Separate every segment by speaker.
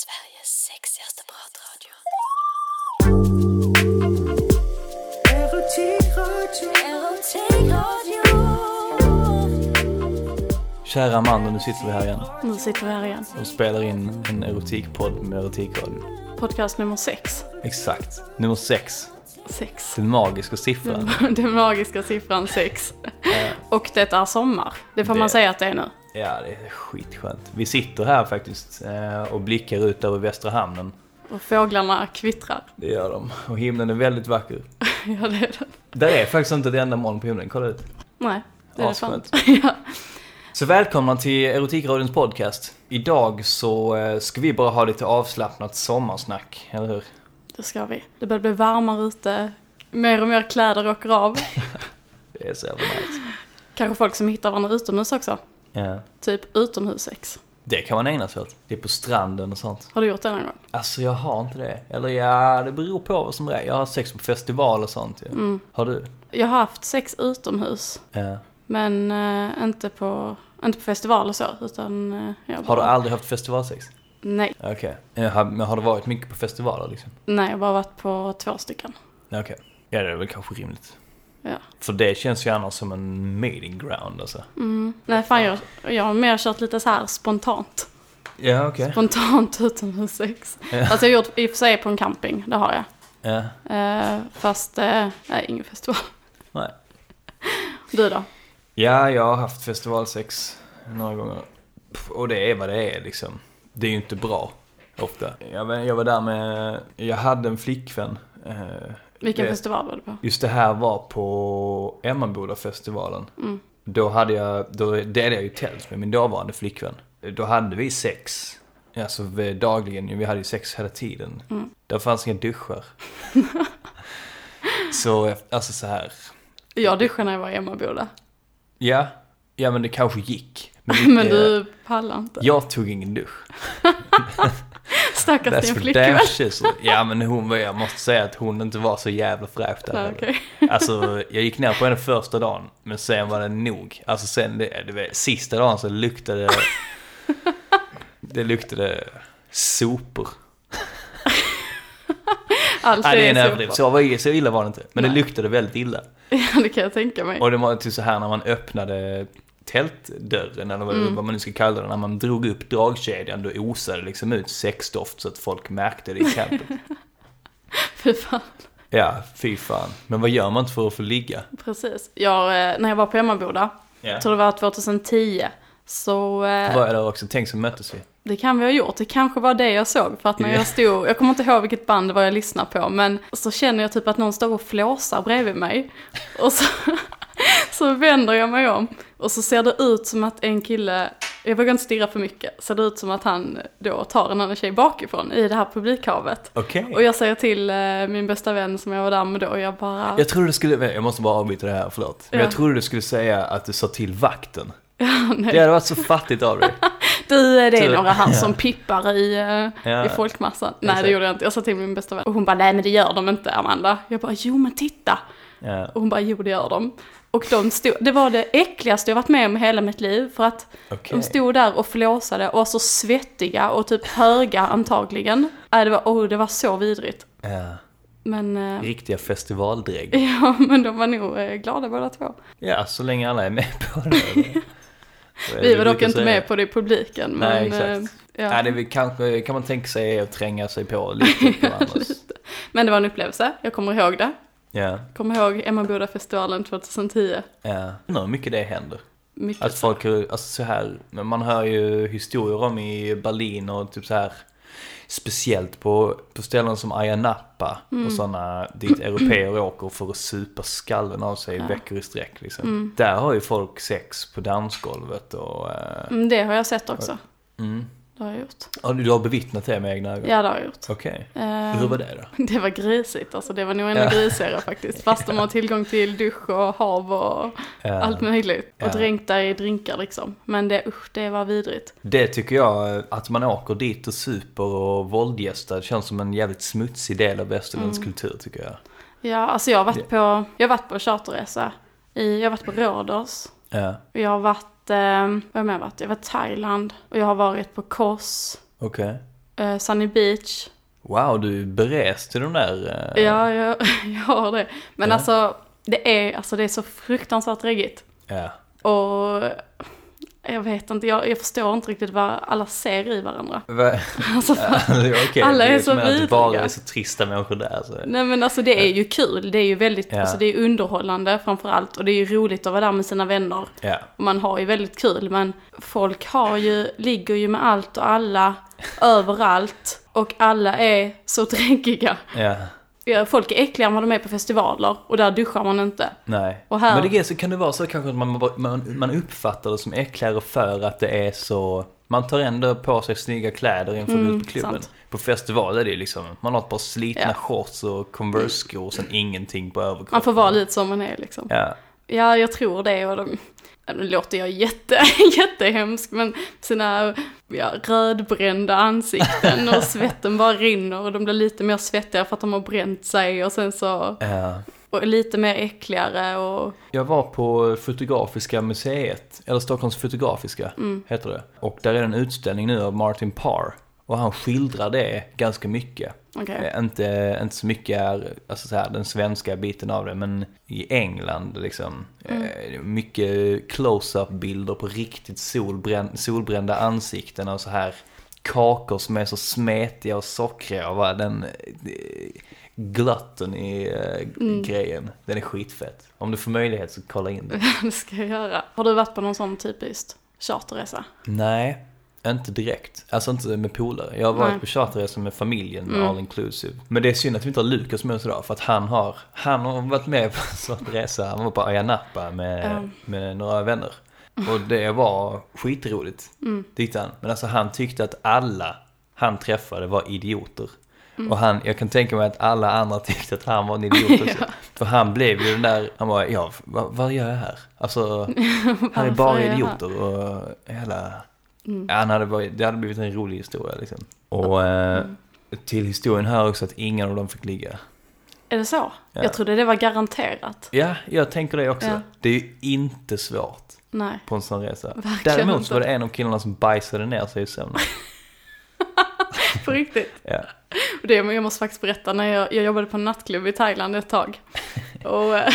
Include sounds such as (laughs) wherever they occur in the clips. Speaker 1: Sveriges sexigaste pratradio.
Speaker 2: Kära Amanda, nu sitter vi här igen
Speaker 3: Nu sitter vi här igen.
Speaker 2: och spelar in en erotikpodd med Erotikradion.
Speaker 3: Podcast nummer sex.
Speaker 2: Exakt. Nummer sex.
Speaker 3: Sex.
Speaker 2: Den magiska siffran.
Speaker 3: (laughs) Den magiska siffran sex. Och det är sommar. Det får
Speaker 2: Det-
Speaker 3: man säga att det är nu.
Speaker 2: Ja, det är skitskönt. Vi sitter här faktiskt eh, och blickar ut över Västra Hamnen.
Speaker 3: Och fåglarna kvittrar. (laughs)
Speaker 2: Det gör de. Och himlen är väldigt vacker.
Speaker 3: Ja, det är det.
Speaker 2: Där är faktiskt inte ett enda moln på himlen. Kolla ut.
Speaker 3: Nej, det är det fan.
Speaker 2: Asskönt.
Speaker 3: Ja.
Speaker 2: Så välkomna till Erotikradions podcast. Idag så eh, ska vi bara ha lite avslappnat sommarsnack, eller hur?
Speaker 3: Det ska vi. Det börjar bli varmare ute. Mer och mer kläder åker av.
Speaker 2: Det är så jävla nice.
Speaker 3: Kanske folk som hittar varandra utomhus också.
Speaker 2: Ja.
Speaker 3: Typ utomhussex.
Speaker 2: Det kan man ägna sig åt. Det är på stranden och sånt.
Speaker 3: Har du gjort det någon gång?
Speaker 2: Alltså jag har inte det. Eller ja, det beror på vad som är. Jag har sex på festival och sånt ju.
Speaker 3: Mm.
Speaker 2: Har du?
Speaker 3: Jag har haft sex utomhus.
Speaker 2: Ja.
Speaker 3: Men eh, inte, på, inte på festival och så. Utan eh, jag
Speaker 2: Har du
Speaker 3: bara-
Speaker 2: aldrig haft festivalsex?
Speaker 3: Nej.
Speaker 2: Okej. Eh, har- Men har du varit mycket på festivaler liksom?
Speaker 3: Nej, jag har bara varit på två stycken.
Speaker 2: Okej. Ja, det är väl kanske rimligt.
Speaker 3: Ja.
Speaker 2: För det känns ju annars som en meeting ground alltså.
Speaker 3: Mm. Nej, fan jag, jag har mer kört lite så här spontant.
Speaker 2: Ja, okej.
Speaker 3: Spontant (laughs) utomhussex.
Speaker 2: Ja.
Speaker 3: Alltså jag har gjort i och för sig på en camping, det har jag.
Speaker 2: Ja.
Speaker 3: Eh, fast, eh, nej, ingen festival. (laughs)
Speaker 2: Nej.
Speaker 3: Du då?
Speaker 2: Ja, jag har haft festivalsex några gånger. Pff, Och det är vad det är liksom. Det är ju inte bra, ofta. Jag, var- jag var där med, jag hade en flickvän. eh,
Speaker 3: Vilken
Speaker 2: det-
Speaker 3: festival var du på?
Speaker 2: Just det här var på Emmabodafestivalen.
Speaker 3: Mm.
Speaker 2: Då hade jag, då delade jag ju tält med min dåvarande flickvän. Då hade vi sex. Alltså vi- dagligen, vi hade ju sex hela tiden.
Speaker 3: Mm.
Speaker 2: Där fanns inga
Speaker 3: (laughs)
Speaker 2: duschar. så, alltså så här.
Speaker 3: Jag duschade när jag var i (laughs) Emmaboda.
Speaker 2: Ja, ja men det kanske gick. Men,
Speaker 3: (laughs) Men
Speaker 2: eh,
Speaker 3: du pallar inte.
Speaker 2: Jag tog ingen dusch.
Speaker 3: Stackars din
Speaker 2: damn
Speaker 3: flickvän.
Speaker 2: shizzle. Ja men hon var, jag måste säga att hon inte var så jävla fräsch där
Speaker 3: (laughs) Nej,
Speaker 2: heller.
Speaker 3: okej.
Speaker 2: Alltså jag gick ner på henne första dagen men sen var det nog. Alltså sen det, det var, sista dagen så luktade det...
Speaker 3: (laughs)
Speaker 2: Det luktade sopor.
Speaker 3: Allt
Speaker 2: Nej det är en
Speaker 3: så
Speaker 2: överdrift,
Speaker 3: bra.
Speaker 2: så, var- så illa var det inte. Men det
Speaker 3: Nej.
Speaker 2: luktade väldigt illa.
Speaker 3: Ja, (laughs) det kan jag tänka mig.
Speaker 2: Och det var till så här när man öppnade tältdörren eller vad-
Speaker 3: Mm.
Speaker 2: vad man nu ska kalla det. När man drog upp dragkedjan då osade det liksom ut sexdoft så att folk märkte det i
Speaker 3: (laughs)
Speaker 2: campet.
Speaker 3: Fy fan.
Speaker 2: ja, fy fan. Men vad gör man inte för att få ligga?
Speaker 3: Precis. Jag, eh, när jag var på Emmaboda,
Speaker 2: Ja.
Speaker 3: jag tror det var 2010, så... eh,
Speaker 2: Var jag där också? Tänk så möttes vi.
Speaker 3: Det kan vi ha gjort, det kanske var det jag såg för att när jag stod, jag kommer inte ihåg vilket band det var jag lyssnade på men så känner jag typ att någon står och flåsar bredvid mig och så, (laughs) så vänder jag mig om och så ser det ut som att en kille, jag vågar inte stirra för mycket, ser det ut som att han då tar en annan tjej bakifrån i det här publikhavet.
Speaker 2: Okej.
Speaker 3: Och jag säger till eh, min bästa vän som jag var där med då, jag bara,
Speaker 2: Jag trodde du skulle, jag måste bara avbryta det här, förlåt. Men
Speaker 3: Ja.
Speaker 2: jag trodde du skulle säga att du sa till
Speaker 3: (laughs)
Speaker 2: vakten.
Speaker 3: nej.
Speaker 2: Det hade varit så fattigt av
Speaker 3: (laughs)
Speaker 2: dig.
Speaker 3: Du, eh, det är
Speaker 2: Tur.
Speaker 3: några här
Speaker 2: Ja.
Speaker 3: som pippar i, eh,
Speaker 2: Typ. Ja.
Speaker 3: i folkmassan.
Speaker 2: Exakt.
Speaker 3: Nej, det gjorde jag inte. Jag sa till min bästa vän och hon bara, nej men det gör de inte Amanda. Jag bara, jo men titta.
Speaker 2: Ja,
Speaker 3: Och hon bara, jo det gör de. Och de stod, det var det äckligaste jag varit med om i hela mitt liv. För att
Speaker 2: okej.
Speaker 3: de stod där och flåsade och var så svettiga och typ höga antagligen. Äh, det, var, oh, det var så vidrigt.
Speaker 2: Ja.
Speaker 3: Men, eh,
Speaker 2: Riktiga festivaldrägg.
Speaker 3: (laughs) ja, men de var nog eh, glada båda två.
Speaker 2: Ja, så länge alla är med på
Speaker 3: (laughs)
Speaker 2: det. Så är det
Speaker 3: Vi var
Speaker 2: du
Speaker 3: dock
Speaker 2: brukar
Speaker 3: inte
Speaker 2: säga.
Speaker 3: med på det i publiken.
Speaker 2: Nej,
Speaker 3: men,
Speaker 2: exakt.
Speaker 3: eh, ja.
Speaker 2: Nej, det är väl kanske, kan man tänka sig är att tränga sig på lite
Speaker 3: (laughs)
Speaker 2: på varandras.
Speaker 3: Men det var en upplevelse, jag kommer ihåg det.
Speaker 2: Ja,
Speaker 3: Kommer ihåg Emmaboda-festivalen 2010.
Speaker 2: ja. Undrar hur mycket det händer.
Speaker 3: Mycket.
Speaker 2: Att folk, alltså så här, men man hör ju historier om i Berlin och typ så här Speciellt på, på ställen som Ayia Napa
Speaker 3: Mm.
Speaker 2: och sådana dit europeer åker för att supa skallen av sig i veckor i sträck liksom.
Speaker 3: Mm.
Speaker 2: Där har ju folk sex på dansgolvet och... eh,
Speaker 3: Mm, det har jag sett också.
Speaker 2: Mm.
Speaker 3: Det har jag gjort.
Speaker 2: Ja, du, du har bevittnat det med egna ögon?
Speaker 3: Ja, det har jag gjort.
Speaker 2: Okej.
Speaker 3: Ehm,
Speaker 2: Hur var det då?
Speaker 3: (laughs) Det var grisigt, alltså det var nog ännu
Speaker 2: Ja.
Speaker 3: grisigare faktiskt. Fast de
Speaker 2: (laughs)
Speaker 3: har tillgång till dusch och hav och
Speaker 2: Eh,
Speaker 3: allt möjligt.
Speaker 2: Ja.
Speaker 3: Och dränkta i drinkar liksom. Men det, usch, det var vidrigt.
Speaker 2: Det tycker jag, eh, att man åker dit och super och våldgästar känns som en jävligt smutsig del av västerländsk
Speaker 3: Mm.
Speaker 2: kultur tycker jag.
Speaker 3: Ja, alltså jag har varit på, jag har varit på charterresa. I, jag har varit på Rhodos.
Speaker 2: Ja,
Speaker 3: Och jag har varit, eh, vad har jag mer varit? Jag har varit i Thailand. Och jag har varit på Kos.
Speaker 2: okej.
Speaker 3: eh, Sunny Beach.
Speaker 2: Wow, du är berest till de där. eh,
Speaker 3: Ja, jag, (laughs) jag har det. Men
Speaker 2: Ja.
Speaker 3: alltså, det är, alltså, det är så fruktansvärt reggigt.
Speaker 2: ja.
Speaker 3: Och jag vet inte, jag, jag förstår inte riktigt vad alla ser i varandra. (laughs)
Speaker 2: Va- (laughs)
Speaker 3: Alltså,
Speaker 2: Okej,
Speaker 3: Alla
Speaker 2: det
Speaker 3: är så
Speaker 2: som att det
Speaker 3: vidriga.
Speaker 2: bara är så trista människor där. Så.
Speaker 3: Nej men alltså det är ju kul, det är ju väldigt,
Speaker 2: Ja.
Speaker 3: alltså det är underhållande framförallt och det är ju roligt att vara där med sina vänner.
Speaker 2: Ja.
Speaker 3: Och man har ju väldigt kul men folk har ju, ligger ju med allt
Speaker 2: (laughs)
Speaker 3: och alla, överallt och alla är så dräggiga.
Speaker 2: ja,
Speaker 3: Ja, Folk är äckliga när de är på festivaler och där duschar man inte.
Speaker 2: nej.
Speaker 3: Och här-
Speaker 2: Men det är så kan det vara så kanske att man, bara- man, man uppfattar det som äckligare för att det är så... Man tar ändå på sig snygga kläder inför mm, ut på klubben.
Speaker 3: sant.
Speaker 2: På festival är det ju liksom, man har ett par slitna
Speaker 3: Ja.
Speaker 2: shorts och Converse-skor och sen ingenting på överkroppen.
Speaker 3: Man får vara lite som man är liksom.
Speaker 2: Ja,
Speaker 3: Ja, jag tror det. Och de, ja, nu låter jag jätte, (laughs) jättehemsk, men sina ja, rödbrända
Speaker 2: (laughs)
Speaker 3: ansikten och svetten bara rinner och de blir lite mer svettiga för att de har bränt sig och sen så,
Speaker 2: ja.
Speaker 3: och lite mer äckligare och (laughs)
Speaker 2: Jag var på Fotografiska museet, eller Stockholms Fotografiska heter det. Och där är det en utställning nu av Martin Parr. Och han skildrar det ganska mycket.
Speaker 3: okej.
Speaker 2: Eh, Inte, inte så mycket är, alltså så här, den svenska biten av det, men i England liksom. eh, Mycket close-up bilder på riktigt solbrän, solbrända ansikten och så här kakor som är så smetiga och sockriga och bara den eh, glutten i eh,
Speaker 3: Mm.
Speaker 2: grejen. Den är skitfett. Om du får möjlighet så kolla in
Speaker 3: (laughs)
Speaker 2: det.
Speaker 3: Det ska jag göra. Har du varit på någon sån typiskt charterresa?
Speaker 2: Nej, inte direkt. Alltså inte med polare. Jag har varit
Speaker 3: Nej. Mm.
Speaker 2: på charterresor med familjen med all inclusive. Men det är synd att vi inte har Lukas med oss idag för att han har, han har varit med på en sån resa. Han var på Ayia Napa med,
Speaker 3: Ja.
Speaker 2: med några vänner. Och det var skitroligt. Tyckte han. Men alltså han tyckte att alla han träffade var idioter.
Speaker 3: Mm.
Speaker 2: Och han, jag kan tänka mig att alla andra (laughs) tyckte att han var en idiot också.
Speaker 3: (laughs) Ja.
Speaker 2: För han blev ju den där, han bara, ja, vad, vad gör jag här?
Speaker 3: (laughs)
Speaker 2: Alltså, här är
Speaker 3: Varför
Speaker 2: bara
Speaker 3: är jag här? Mm.
Speaker 2: idioter och hela... Ja, Han hade varit, det hade blivit en rolig historia liksom. Och eh,
Speaker 3: Mm.
Speaker 2: till historien här också att ingen av dem fick ligga.
Speaker 3: Är det så?
Speaker 2: Ja.
Speaker 3: Jag trodde det var garanterat.
Speaker 2: Ja, jag tänker det också.
Speaker 3: Ja.
Speaker 2: Det är ju inte svårt
Speaker 3: Nej.
Speaker 2: på en sån resa.
Speaker 3: Verkligen
Speaker 2: Däremot
Speaker 3: inte.
Speaker 2: så var det en av killarna som bajsade ner sig i sömnen.
Speaker 3: På riktigt.
Speaker 2: Ja.
Speaker 3: Det, jag måste faktiskt berätta, när jag, jag jobbade på en nattklubb i Thailand ett tag. Och eh,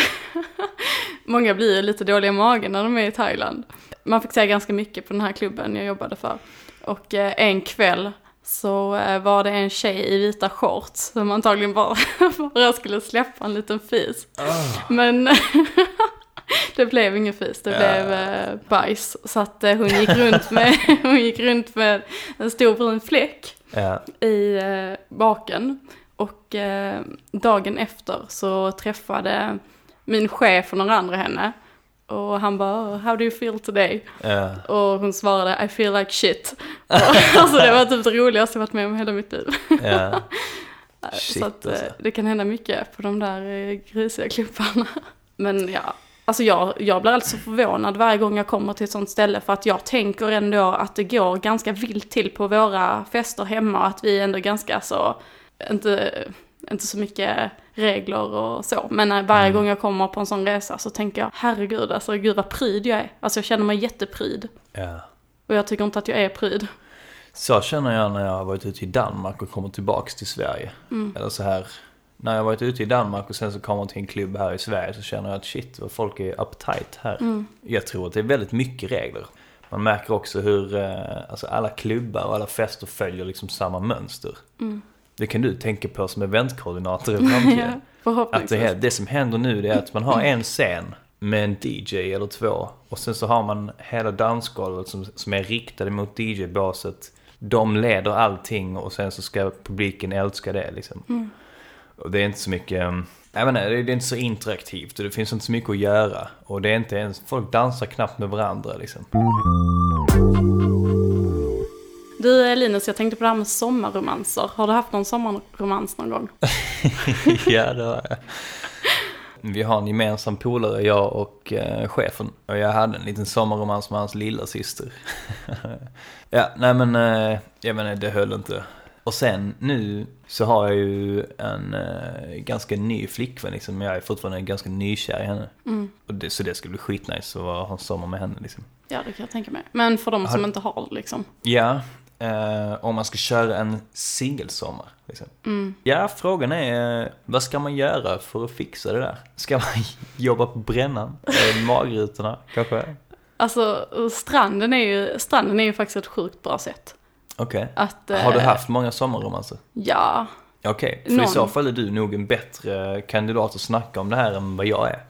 Speaker 3: (laughs) många blir ju lite dåliga i magen när de är i Thailand. Man fick säga ganska mycket på den här klubben jag jobbade för. Och eh, en kväll så eh, var det en tjej i vita shorts som antagligen bara, (laughs) bara skulle släppa en liten fis. Men (laughs) det blev ingen fis, det
Speaker 2: Ja.
Speaker 3: blev eh, bajs. Så att eh, hon, gick runt med, (laughs) hon gick runt med en stor brun fläck
Speaker 2: Ja.
Speaker 3: i eh, baken. Och eh, dagen efter så träffade min chef och några andra henne. Och han bara, how do you feel today?
Speaker 2: Ja.
Speaker 3: Och hon svarade, I feel like shit. (laughs) Och, alltså det var typ det roligaste jag varit med om i hela mitt liv.
Speaker 2: Ja. Shit,
Speaker 3: (laughs) så att eh,
Speaker 2: alltså.
Speaker 3: det kan hända mycket på de där eh, grisiga klipparna. (laughs) Men ja, alltså jag, jag blir alltså förvånad varje gång jag kommer till ett sånt ställe för att jag tänker ändå att det går ganska vilt till på våra fester hemma och att vi ändå ganska så, inte, inte så mycket regler och så. Men när- varje
Speaker 2: Mm.
Speaker 3: gång jag kommer på en sån resa så tänker jag, herregud alltså gud vad pryd jag är. Alltså jag känner mig jättepryd.
Speaker 2: Ja.
Speaker 3: Och jag tycker inte att jag är pryd. (laughs)
Speaker 2: Så känner jag när jag har varit ute i Danmark och kommer tillbaks till Sverige.
Speaker 3: Mm.
Speaker 2: Eller så här, när jag har varit ute i Danmark och sen så kommer till en klubb här i Sverige så känner jag att shit vad folk är uptight här.
Speaker 3: Mm.
Speaker 2: Jag tror att det är väldigt mycket regler. Man märker också hur eh, alltså alla klubbar och alla fester följer liksom samma mönster.
Speaker 3: Mm.
Speaker 2: Det kan du tänka på som
Speaker 3: (laughs)
Speaker 2: eventkoordinator i framtiden. Att det,
Speaker 3: Förhoppningsvis.
Speaker 2: här, det som händer nu det är att man har en scen med en DJ eller två och sen så har man hela dansgolvet som, som är riktade mot DJ-baset. De leder allting och sen så ska publiken älska det liksom. Och det är inte så mycket, um, jag menar, det det är inte så interaktivt och det finns inte så mycket att göra. Och det är inte ens, folk dansar knappt med varandra liksom.
Speaker 3: Du eh, Linus, jag tänkte på det här med sommarromanser. Har du haft någon sommarromans någon gång?
Speaker 2: (laughs) ja, det har jag. Vi har en gemensam polare, jag och eh, chefen. Och jag hade en liten sommarromans med hans lilla syster. (laughs) ja, nej men, eh, jag menar det höll inte. Och sen nu så har jag ju en eh, ganska ny flickvän liksom. men Jag är fortfarande ganska nykär i henne. Och det, så det skulle bli skitnice att ha en sommar med henne liksom.
Speaker 3: Ja, det kan jag tänka mig. Men för de som inte har liksom.
Speaker 2: Ja, eh, eh, om man ska köra en singelsommar. Liksom. Ja, frågan är eh, vad ska man göra för att fixa det där? Ska man (laughs) jobba på brännan? Eh, magrutorna kanske?
Speaker 3: Alltså stranden är ju, stranden är ju faktiskt ett sjukt bra sätt.
Speaker 2: Okej.
Speaker 3: Att, eh,
Speaker 2: Har du haft många sommarromanser?
Speaker 3: Ja,
Speaker 2: Okej, för i
Speaker 3: Någon.
Speaker 2: så fall är du nog en bättre kandidat att snacka om det här än vad jag är.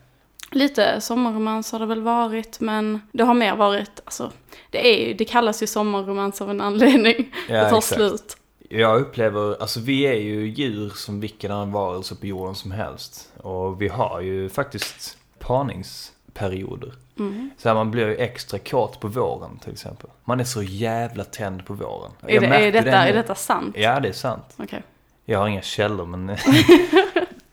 Speaker 3: lite sommarromans har det väl varit men det har mer varit, alltså det är ju, det kallas ju sommarromans av en anledning.
Speaker 2: Ja,
Speaker 3: det tar
Speaker 2: exakt.
Speaker 3: slut.
Speaker 2: Jag upplever, alltså vi är ju djur som vilken annan varelse på jorden som helst. Och vi har ju faktiskt parningsperioder.
Speaker 3: Mm.
Speaker 2: Så här, man blir ju extra kåt på våren till exempel. Man är så jävla tänd på våren.
Speaker 3: Är, det, är,
Speaker 2: märkte
Speaker 3: detta,
Speaker 2: nu.
Speaker 3: är detta sant?
Speaker 2: Ja, det är sant.
Speaker 3: Okej,
Speaker 2: Jag har inga källor
Speaker 3: (laughs)
Speaker 2: men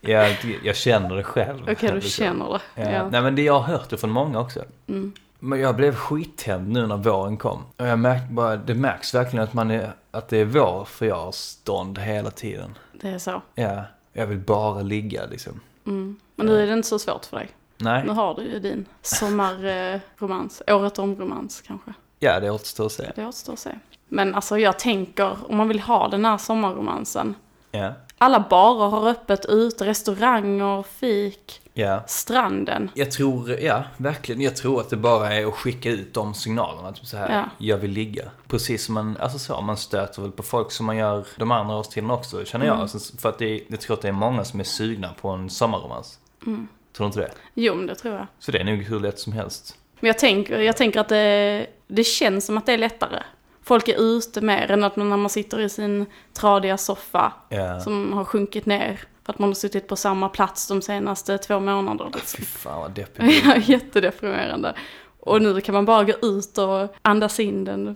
Speaker 2: jag, jag känner det själv.
Speaker 3: Okej, du
Speaker 2: Liksom.
Speaker 3: känner det.
Speaker 2: Ja.
Speaker 3: Ja.
Speaker 2: Nej men det jag har hört det från många också.
Speaker 3: Mm.
Speaker 2: Men jag blev skittänd nu när våren kom. Och jag märkte bara, det märks verkligen att, man är, att det är vår för jag har stånd hela tiden.
Speaker 3: Det är så.
Speaker 2: Ja, jag vill bara ligga liksom.
Speaker 3: Mm. Men nu är det inte så svårt för dig.
Speaker 2: Nej,
Speaker 3: Nu har du ju din sommarromans, eh, året om-romans kanske.
Speaker 2: ja det återstår att se.
Speaker 3: Det återstår att se. Men alltså jag tänker, om man vill ha den här sommarromansen.
Speaker 2: Ja,
Speaker 3: Alla barer har öppet ute, restauranger, fik,
Speaker 2: ja.
Speaker 3: stranden.
Speaker 2: Jag tror, ja verkligen, jag tror att det bara är att skicka ut de signalerna. Typ så här,
Speaker 3: Ja.
Speaker 2: jag vill ligga. Precis som man, alltså så, man stöter väl på folk som man gör de andra årstiderna också känner
Speaker 3: Mm.
Speaker 2: jag. Alltså, för att det, jag tror att det är många som är sugna på en sommarromans.
Speaker 3: Mm.
Speaker 2: Tror du inte det?
Speaker 3: Jo, men det tror jag.
Speaker 2: Så det är nog hur lätt som helst.
Speaker 3: Men jag tänker, jag tänker att det, det känns som att det är lättare. Folk är ute mer än att man när man sitter i sin tradiga soffa
Speaker 2: Ja.
Speaker 3: som har sjunkit ner. För att man har suttit på samma plats de senaste två månaderna.
Speaker 2: Fy fan vad deppigt.
Speaker 3: (laughs) Ja, jättedeprimerande. Och nu kan man bara gå ut och andas in den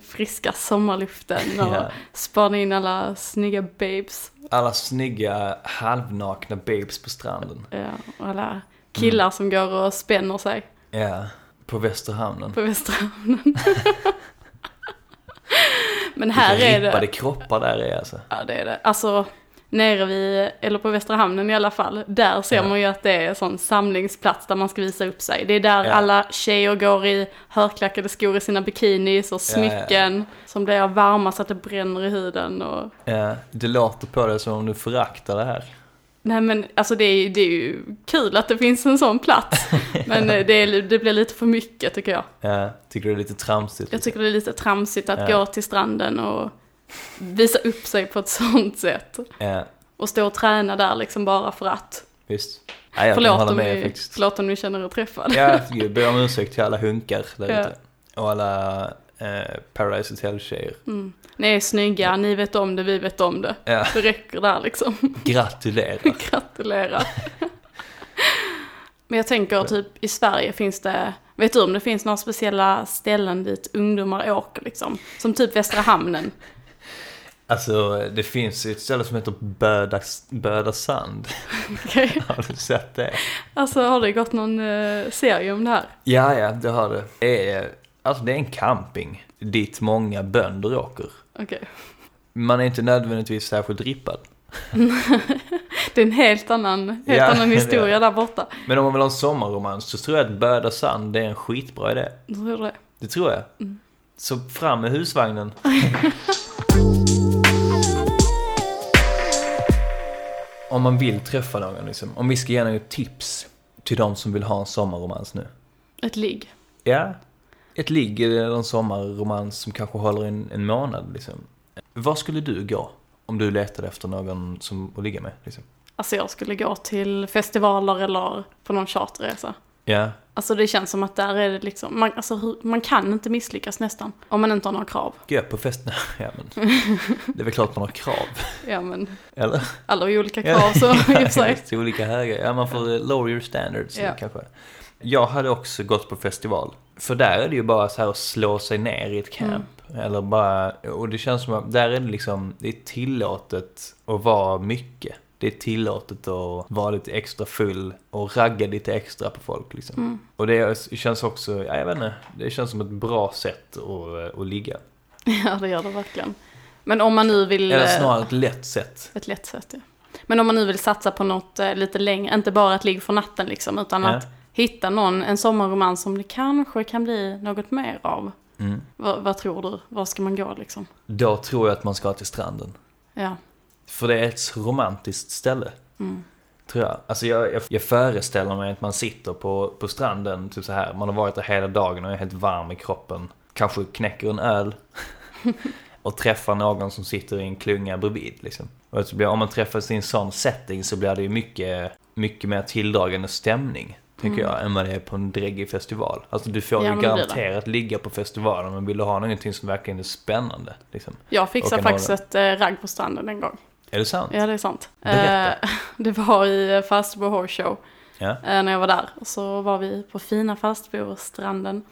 Speaker 2: (laughs)
Speaker 3: friska sommarluften och
Speaker 2: Ja.
Speaker 3: spana in alla snygga babes
Speaker 2: Alla snygga halvnakna babes på stranden.
Speaker 3: eh, och alla killar
Speaker 2: Mm.
Speaker 3: som går och spänner sig
Speaker 2: Ja, på Västerhamnen.
Speaker 3: på Västra (laughs) hamnen.
Speaker 2: (laughs)
Speaker 3: Men här är
Speaker 2: Rippade
Speaker 3: det,
Speaker 2: kroppar där är alltså.
Speaker 3: ja, det, är det. Alltså, nere vid, eller på Västra hamnen i alla fall, där ser
Speaker 2: Ja.
Speaker 3: man ju att det är en sån samlingsplats där man ska visa upp sig. Det är där
Speaker 2: Ja.
Speaker 3: alla tjejer går i högklackade skor i sina bikinis och
Speaker 2: Ja, ja, ja.
Speaker 3: smycken som blir varma så att det bränner i huden och...
Speaker 2: Ja, det låter på dig som om du föraktar det här.
Speaker 3: Nej men alltså det är, ju- det är ju kul att det finns en
Speaker 2: (laughs)
Speaker 3: sån plats. Men eh, det, är, det blir lite för mycket tycker jag.
Speaker 2: Ja, tycker du det är lite tramsigt?
Speaker 3: Jag tycker det är lite tramsigt att
Speaker 2: Ja.
Speaker 3: gå till stranden och visa upp sig på ett (laughs) sånt sätt.
Speaker 2: Ja,
Speaker 3: Och stå och träna där liksom bara för att.
Speaker 2: visst. Nej, jag kan
Speaker 3: förlåt,
Speaker 2: hålla
Speaker 3: om
Speaker 2: med
Speaker 3: ni,
Speaker 2: faktiskt.
Speaker 3: förlåt om ni känner er träffade.
Speaker 2: Ja, jag ber om ursäkt till alla hunkar där
Speaker 3: Ja.
Speaker 2: ute. Och alla eh, Paradise Hotel-tjejer.
Speaker 3: Mm. Ni är snygga, ni vet om det, vi vet om det.
Speaker 2: Ja,
Speaker 3: Det räcker där liksom.
Speaker 2: (laughs) gratulerar.
Speaker 3: Gratulerar. Men jag tänker typ i Sverige finns det, vet du om det finns några speciella ställen dit ungdomar åker liksom? Som typ Västra Hamnen. (laughs)
Speaker 2: Alltså, det finns ju ett ställe som heter Böda, Böda Sand. (laughs)
Speaker 3: Okej.
Speaker 2: Har du sett det?
Speaker 3: Alltså har det gått någon eh, serie om det här?
Speaker 2: Ja, ja, det har det. Det är, alltså det är en camping dit många bönder åker.
Speaker 3: Okej.
Speaker 2: Man är inte nödvändigtvis särskilt rippad.
Speaker 3: Det är en helt annan, helt
Speaker 2: Ja,
Speaker 3: annan
Speaker 2: det är
Speaker 3: historia där borta.
Speaker 2: Men om man vill ha en sommarromans så tror jag att Böda Sand det är en skitbra idé.
Speaker 3: Tror du det?
Speaker 2: Det tror jag. Så fram med husvagnen. om man vill träffa någon liksom. Om vi ska ge några tips till de som vill ha en sommarromans nu.
Speaker 3: Ett ligg.
Speaker 2: Ja, ett ligg eller en sommarromans som kanske håller en, en månad liksom. Var skulle du gå om du letade efter någon som att ligga med? Liksom?
Speaker 3: Alltså jag skulle gå till festivaler eller på någon charterresa.
Speaker 2: Ja,
Speaker 3: Alltså det känns som att där är det liksom, man, alltså, hur, man kan inte misslyckas nästan. Om man inte har några krav.
Speaker 2: gå på fest? (laughs) Nej, ja, men. Det är väl klart man har krav,
Speaker 3: Ja men
Speaker 2: eller?
Speaker 3: alla har ju olika krav så (laughs)
Speaker 2: (laughs)
Speaker 3: i och för sig.
Speaker 2: Till olika höga, ja man får eh, lower your standards
Speaker 3: Ja.
Speaker 2: kanske. Jag hade också gått på festival. För där är det ju bara så här att slå sig ner i ett
Speaker 3: Mm.
Speaker 2: camp. Eller bara, och det känns som att där är det liksom, det är tillåtet att vara mycket. Det är tillåtet att vara lite extra full och ragga lite extra på folk liksom.
Speaker 3: Mm.
Speaker 2: Och det är- känns också, ja, jag vet inte, det känns som ett bra sätt att, att ligga.
Speaker 3: Ja, det gör det verkligen. Men om man nu vill... eh,
Speaker 2: Eller snarare ett lätt sätt.
Speaker 3: Ett lätt sätt, ja. Men om man nu vill satsa på något eh, lite längre, inte bara ett ligg för natten liksom, utan
Speaker 2: Ja.
Speaker 3: att hitta någon, en sommarromans som det kanske kan bli något mer av.
Speaker 2: Mm.
Speaker 3: Vad, vad tror du? Var ska man gå liksom?
Speaker 2: Då tror jag att man ska till stranden.
Speaker 3: Ja.
Speaker 2: För det är ett så romantiskt ställe.
Speaker 3: Mm.
Speaker 2: Tror jag. Alltså jag, jag, jag föreställer mig att man sitter på, på stranden, typ så här. Man har varit där hela dagen och är helt varm i kroppen. Kanske knäcker en
Speaker 3: (laughs)
Speaker 2: öl. och träffar någon som sitter i en klunga bredvid liksom. Och så blir, om man träffas i en sån setting så blir det ju mycket, mycket mer tilldragande stämning. Tycker jag, än vad det är på en dräggig festival. Alltså du får
Speaker 3: Mm. Ja, men
Speaker 2: ju
Speaker 3: det blir det.
Speaker 2: garanterat ligga på festivalen men vill du ha någonting som verkligen är spännande. Liksom.
Speaker 3: Jag
Speaker 2: Och
Speaker 3: fixade
Speaker 2: en
Speaker 3: faktiskt ett eh, ragg på stranden en gång.
Speaker 2: Är det sant?
Speaker 3: Ja, det är sant.
Speaker 2: Berätta.
Speaker 3: Eh, (laughs) det var i eh, Falsterbo Horse Show.
Speaker 2: Ja.
Speaker 3: eh, när jag var där. Och så var vi på fina Falsterbo, stranden.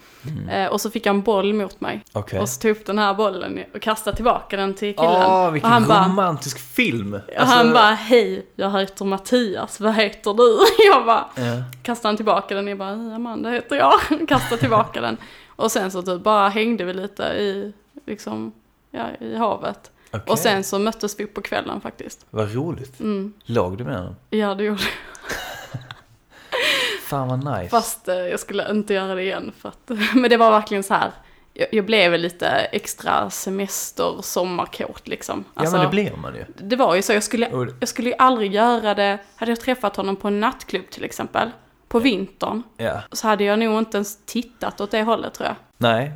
Speaker 3: Eh, och så fick jag en boll mot mig.
Speaker 2: Mm. Okej.
Speaker 3: Och så tog jag upp den här bollen och kastade tillbaka den till killen.
Speaker 2: Åh,
Speaker 3: och
Speaker 2: Ah, vilken Alltså-
Speaker 3: han bara,
Speaker 2: romantisk film!
Speaker 3: och han bara, hej, jag heter Mattias, vad heter du? (laughs) Jag bara,
Speaker 2: Ja.
Speaker 3: kastade han tillbaka den, jag bara, hej Amanda heter jag. (laughs) kastade tillbaka den. Och sen så typ bara hängde vi lite i, liksom, ja, i havet.
Speaker 2: Okej.
Speaker 3: Och sen så möttes vi upp på kvällen faktiskt.
Speaker 2: Vad roligt.
Speaker 3: Mm.
Speaker 2: Låg du med honom?
Speaker 3: Ja, det gjorde jag.
Speaker 2: Fan vad nice.
Speaker 3: Fast eh, jag skulle inte göra det igen. För att, (laughs) men det var verkligen så här. Jag, jag blev lite extra semester sommarkåt liksom. Alltså,
Speaker 2: ja men det blir man ju.
Speaker 3: det var ju så, jag
Speaker 2: Och
Speaker 3: skulle,
Speaker 2: det-
Speaker 3: jag skulle ju aldrig göra det. Hade jag träffat honom på en nattklubb till exempel, på vintern,
Speaker 2: Ja.
Speaker 3: så hade jag nog inte ens tittat åt det hållet tror jag.
Speaker 2: Nej.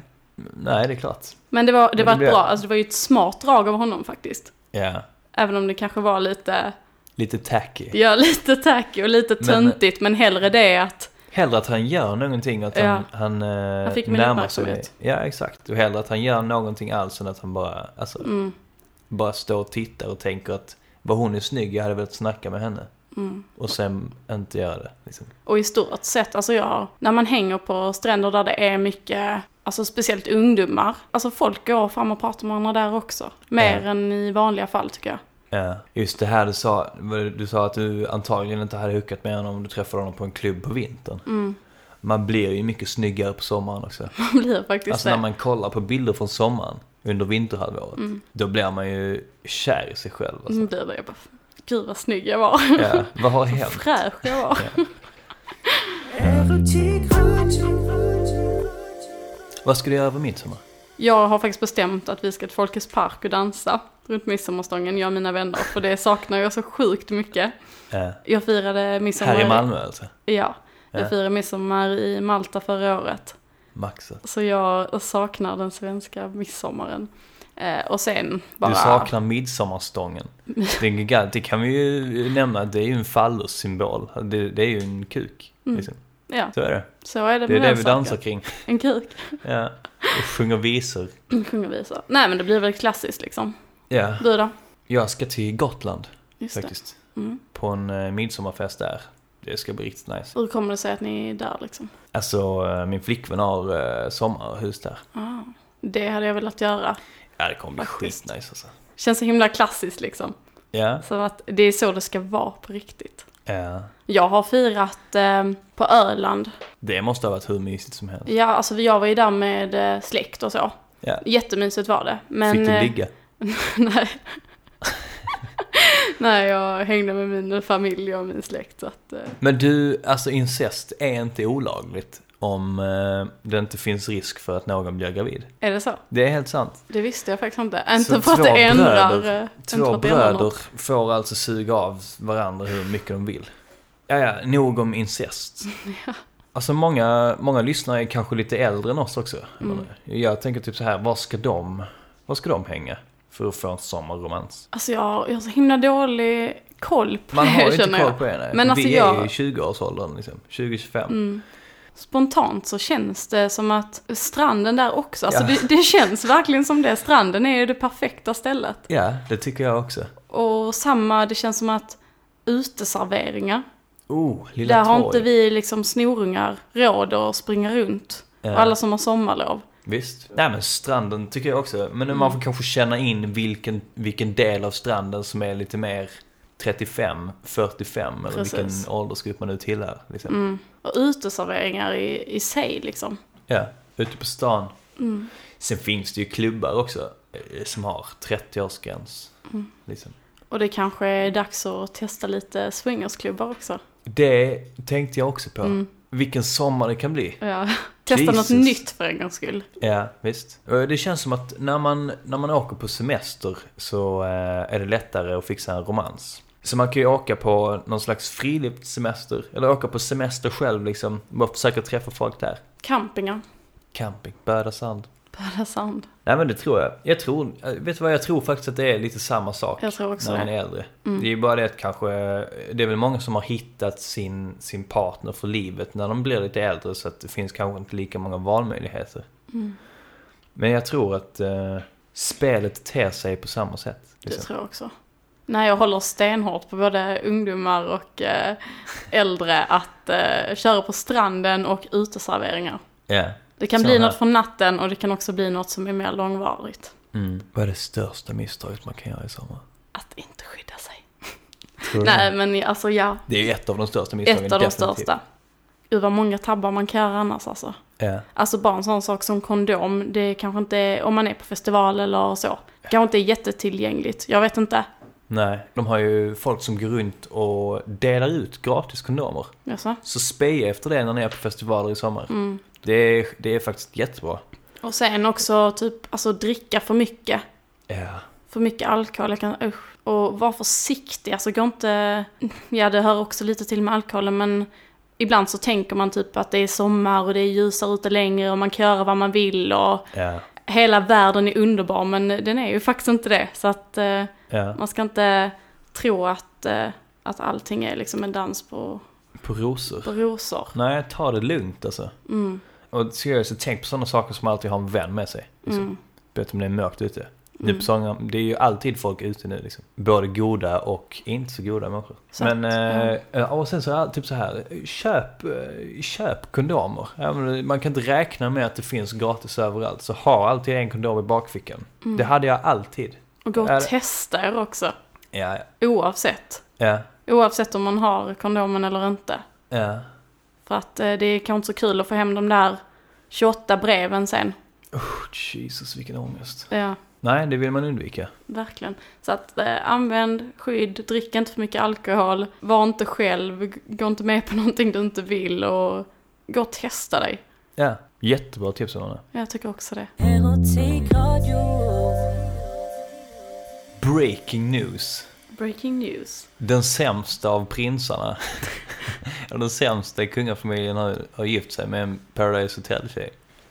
Speaker 2: Nej, det är klart.
Speaker 3: Men det var, det
Speaker 2: Men
Speaker 3: var
Speaker 2: det
Speaker 3: ett
Speaker 2: blir-
Speaker 3: bra, alltså det var ju ett smart drag av honom faktiskt.
Speaker 2: Ja.
Speaker 3: Även om det kanske var lite,
Speaker 2: Lite tacky.
Speaker 3: ja lite tacky och lite
Speaker 2: Men-
Speaker 3: töntigt, men hellre det att,
Speaker 2: Hellre att han gör någonting och att
Speaker 3: Ja.
Speaker 2: han, han, eh,
Speaker 3: Han fick min
Speaker 2: närmar sig.
Speaker 3: uppmärksamhet.
Speaker 2: Ja, exakt. Och hellre att han gör någonting alls än att han bara, alltså,
Speaker 3: mm,
Speaker 2: bara står och tittar och tänker att vad hon är snygg, jag hade velat snacka med henne.
Speaker 3: mm.
Speaker 2: Och sen inte göra det. Liksom.
Speaker 3: Och i stort sett, alltså jag, när man hänger på stränder där det är mycket, alltså speciellt ungdomar, alltså folk går fram och pratar med varandra där också. Mer
Speaker 2: Ja.
Speaker 3: än i vanliga fall tycker jag. (laughs)
Speaker 2: Ja, just det här du sa, du sa att du antagligen inte hade huckat med honom om du träffade honom på en klubb på vintern.
Speaker 3: Mm.
Speaker 2: Man blir ju mycket snyggare på sommaren också.
Speaker 3: Man blir faktiskt
Speaker 2: Alltså
Speaker 3: det.
Speaker 2: när man kollar på bilder från sommaren under vinterhalvåret, då blir man ju kär i sig själv. Alltså.
Speaker 3: Mm, blir det, jag bara, gud vad snygg jag var.
Speaker 2: Ja, vad
Speaker 3: (laughs)
Speaker 2: har
Speaker 3: Vad
Speaker 2: hänt?
Speaker 3: fräsch jag var.
Speaker 4: Erotique route.
Speaker 2: Vad ska du göra över midsommar?
Speaker 3: Jag har faktiskt bestämt att vi ska till Folkets park och dansa runt midsommarstången, jag och mina vänner, för det saknar jag så sjukt mycket.
Speaker 2: Eh,
Speaker 3: Jag firade midsommar...
Speaker 2: här i Malmö alltså?
Speaker 3: Ja.
Speaker 2: Ja.
Speaker 3: Jag firade midsommar i Malta förra året.
Speaker 2: Maxat.
Speaker 3: Så jag saknar den svenska midsommaren. Eh, och sen bara...
Speaker 2: Du saknar midsommarstången. Det, är gigant- det kan vi ju nämna, det är ju en fallus-symbol. Det, det är ju en kuk. Liksom.
Speaker 3: Ja,
Speaker 2: Så är det.
Speaker 3: så Mm. är det
Speaker 2: Det är
Speaker 3: med
Speaker 2: det
Speaker 3: den
Speaker 2: vi
Speaker 3: saken.
Speaker 2: dansar kring.
Speaker 3: En kuk, (clears throat)
Speaker 2: Ja. Och sjunger visor.
Speaker 3: sjunger vi så. Nej men det blir väl klassiskt liksom.
Speaker 2: Ja,
Speaker 3: Du då?
Speaker 2: jag ska till Gotland
Speaker 3: Just
Speaker 2: faktiskt.
Speaker 3: det. Mm.
Speaker 2: På en eh, midsommarfest där. Det ska bli riktigt nice.
Speaker 3: Hur kommer det sig att ni är där liksom?
Speaker 2: Alltså, eh, min flickvän har eh, sommarhus där.
Speaker 3: Ah, det hade jag velat göra.
Speaker 2: Ja, det kommer bli
Speaker 3: Faktiskt.
Speaker 2: skitnice alltså.
Speaker 3: Känns så himla klassiskt liksom.
Speaker 2: Ja,
Speaker 3: Så att det är så det ska vara på riktigt.
Speaker 2: ja.
Speaker 3: Jag har firat eh, på Öland.
Speaker 2: Det måste ha varit hur mysigt som helst.
Speaker 3: Ja, alltså jag var ju där med eh, släkt och så.
Speaker 2: Ja.
Speaker 3: Jättemysigt var det. Men,
Speaker 2: Fick
Speaker 3: eh,
Speaker 2: du ligga?
Speaker 3: (laughs) Nej. Nej, jag hängde med min familj och min släkt. Så att, eh,
Speaker 2: Men du, alltså incest är inte olagligt om eh, det inte finns risk för att någon blir gravid.
Speaker 3: är det så?
Speaker 2: Det är helt sant.
Speaker 3: Det visste jag faktiskt inte. Inte
Speaker 2: Så
Speaker 3: för att
Speaker 2: två
Speaker 3: det ändrar...
Speaker 2: bröder-
Speaker 3: eh, inte för
Speaker 2: Två
Speaker 3: att det ändrar
Speaker 2: bröder
Speaker 3: något.
Speaker 2: får alltså suga av varandra hur mycket de vill. Ja, ja, nog om
Speaker 3: (laughs)
Speaker 2: incest. Alltså många, många lyssnare är kanske lite äldre än oss också. Jag
Speaker 3: Mm.
Speaker 2: menar, Jag tänker typ så här, var ska de, var ska de hänga för att få en sommarromans?
Speaker 3: Alltså jag, jag har så himla dålig koll på
Speaker 2: Man
Speaker 3: (laughs)
Speaker 2: har ju
Speaker 3: det
Speaker 2: inte
Speaker 3: känner
Speaker 2: koll
Speaker 3: jag.
Speaker 2: på det. nej.
Speaker 3: Men alltså
Speaker 2: Vi är
Speaker 3: jag-
Speaker 2: ju i 20-årsåldern liksom, 20-25.
Speaker 3: Mm. Spontant så känns det som att stranden där också, alltså
Speaker 2: Ja.
Speaker 3: det, det känns verkligen som det. Stranden är ju det perfekta stället.
Speaker 2: Ja, det tycker jag också.
Speaker 3: Och samma, det känns som att uteserveringar,
Speaker 2: Oh, lilla
Speaker 3: där har
Speaker 2: torg.
Speaker 3: inte vi liksom snorungar råd att springa runt.
Speaker 2: Ja.
Speaker 3: Och alla som har sommarlov.
Speaker 2: Visst. Nej men stranden tycker jag också. Men man
Speaker 3: Mm.
Speaker 2: får kanske känna in vilken, vilken del av stranden som är lite mer 35, 45 eller
Speaker 3: Precis.
Speaker 2: vilken åldersgrupp man nu tillhör. Liksom.
Speaker 3: Mm. Och uteserveringar i, i sig liksom. Mm.
Speaker 2: Ja, ute på stan. Sen finns det ju klubbar också eh, som har 30-årsgräns.
Speaker 3: Mm.
Speaker 2: Liksom.
Speaker 3: Och det kanske är dags att testa lite swingersklubbar också.
Speaker 2: Det tänkte jag också på.
Speaker 3: Mm.
Speaker 2: Vilken sommar det kan bli.
Speaker 3: Ja, (laughs) Testa
Speaker 2: Jesus.
Speaker 3: något nytt för en gångs skull.
Speaker 2: Ja, visst. Eh, Det känns som att när man, när man åker på semester så eh, är det lättare att fixa en romans. Så man kan ju åka på någon slags friluftssemester, eller åka på semester själv liksom. Bara försöka träffa folk där.
Speaker 3: Campingar.
Speaker 2: Camping, Böda sand.
Speaker 3: Böda sand.
Speaker 2: Nej men det tror jag. Jag tror, eh, vet du vad, jag tror faktiskt att det är lite samma sak.
Speaker 3: Jag tror också
Speaker 2: när man
Speaker 3: det. Mm.
Speaker 2: är äldre. Det är ju bara det att kanske, det är väl många som har hittat sin, sin partner för livet när de blir lite äldre så att det finns kanske inte lika många valmöjligheter.
Speaker 3: Mm.
Speaker 2: Men jag tror att eh, spelet ter sig på samma sätt.
Speaker 3: Det
Speaker 2: liksom.
Speaker 3: tror jag också. Nej, jag håller stenhårt på både ungdomar och eh, äldre att eh, köra på stranden och uteserveringar.
Speaker 2: Ja.
Speaker 3: Det kan
Speaker 2: Så
Speaker 3: bli
Speaker 2: här.
Speaker 3: något för natten och det kan också bli något som är mer långvarigt.
Speaker 2: Mm. Vad är det största misstaget man kan göra i sommar?
Speaker 3: Att inte skydda sig.
Speaker 2: Tror du
Speaker 3: (laughs) Nej,
Speaker 2: det?
Speaker 3: men i- alltså ja,
Speaker 2: Det är ju ett av de största misstagen.
Speaker 3: ett av de
Speaker 2: definitivt.
Speaker 3: största. Gud vad många tabbar man kan göra annars alltså.
Speaker 2: Ja.
Speaker 3: Alltså bara en sån sak som kondom, det kanske inte är, om man är på festival eller så, kanske inte är jättetillgängligt. Jag vet inte.
Speaker 2: Nej, de har ju folk som går runt och delar ut gratis kondomer.
Speaker 3: Jaså?
Speaker 2: Så speja efter det när ni är på festivaler i sommar.
Speaker 3: Mm.
Speaker 2: Det, är, det är faktiskt jättebra.
Speaker 3: Och sen också typ, alltså dricka för mycket.
Speaker 2: Ja.
Speaker 3: För mycket alkohol, jag kan, usch. Och var försiktig, alltså gå inte... Ja, det hör också lite till med alkoholen, men ibland så tänker man typ att det är sommar och det är ljusare ute längre och man kan göra vad man vill och
Speaker 2: Ja.
Speaker 3: hela världen är underbar, men den är ju faktiskt inte det. Så att eh,
Speaker 2: ja.
Speaker 3: man ska inte tro att, eh, att allting är liksom en dans på,
Speaker 2: På rosor.
Speaker 3: på rosor.
Speaker 2: Nej, ta det lugnt alltså.
Speaker 3: Mm,
Speaker 2: Och seriöst, tänk på sådana saker som alltid har en vän med sig. Liksom.
Speaker 3: mm,
Speaker 2: Vet om det är mörkt ute. Nu
Speaker 3: mm.
Speaker 2: på sommaren, det är ju alltid folk ute nu liksom. Både goda och inte så goda människor.
Speaker 3: Sant,
Speaker 2: men, eh, ja, och sen så är allt typ så här, köp, eh, köp kondomer. Ja, men Man kan inte räkna med att det finns gratis överallt. Så ha alltid en kondom i bakfickan.
Speaker 3: Mm.
Speaker 2: Det hade jag alltid.
Speaker 3: Och gå och
Speaker 2: Är-
Speaker 3: testa er också,
Speaker 2: Ja, ja.
Speaker 3: oavsett.
Speaker 2: ja.
Speaker 3: Oavsett om man har kondomen eller inte.
Speaker 2: Ja.
Speaker 3: För att eh, det är kanske inte så kul att få hem de där 28 breven sen.
Speaker 2: Oh, Jesus, vilken ångest.
Speaker 3: Ja,
Speaker 2: Nej, det vill man undvika.
Speaker 3: verkligen. Så att eh, använd skydd, drick inte för mycket alkohol, var inte själv, g- gå inte med på någonting du inte vill och gå och testa dig.
Speaker 2: Ja, jättebra tips Anna.
Speaker 3: Jag tycker också det.
Speaker 1: Erotikradio.
Speaker 2: Breaking news.
Speaker 3: Breaking news.
Speaker 2: Den sämsta av prinsarna. (laughs) Och den sämsta i kungafamiljen har, har gift sig med en Paradise Hotel-tjej.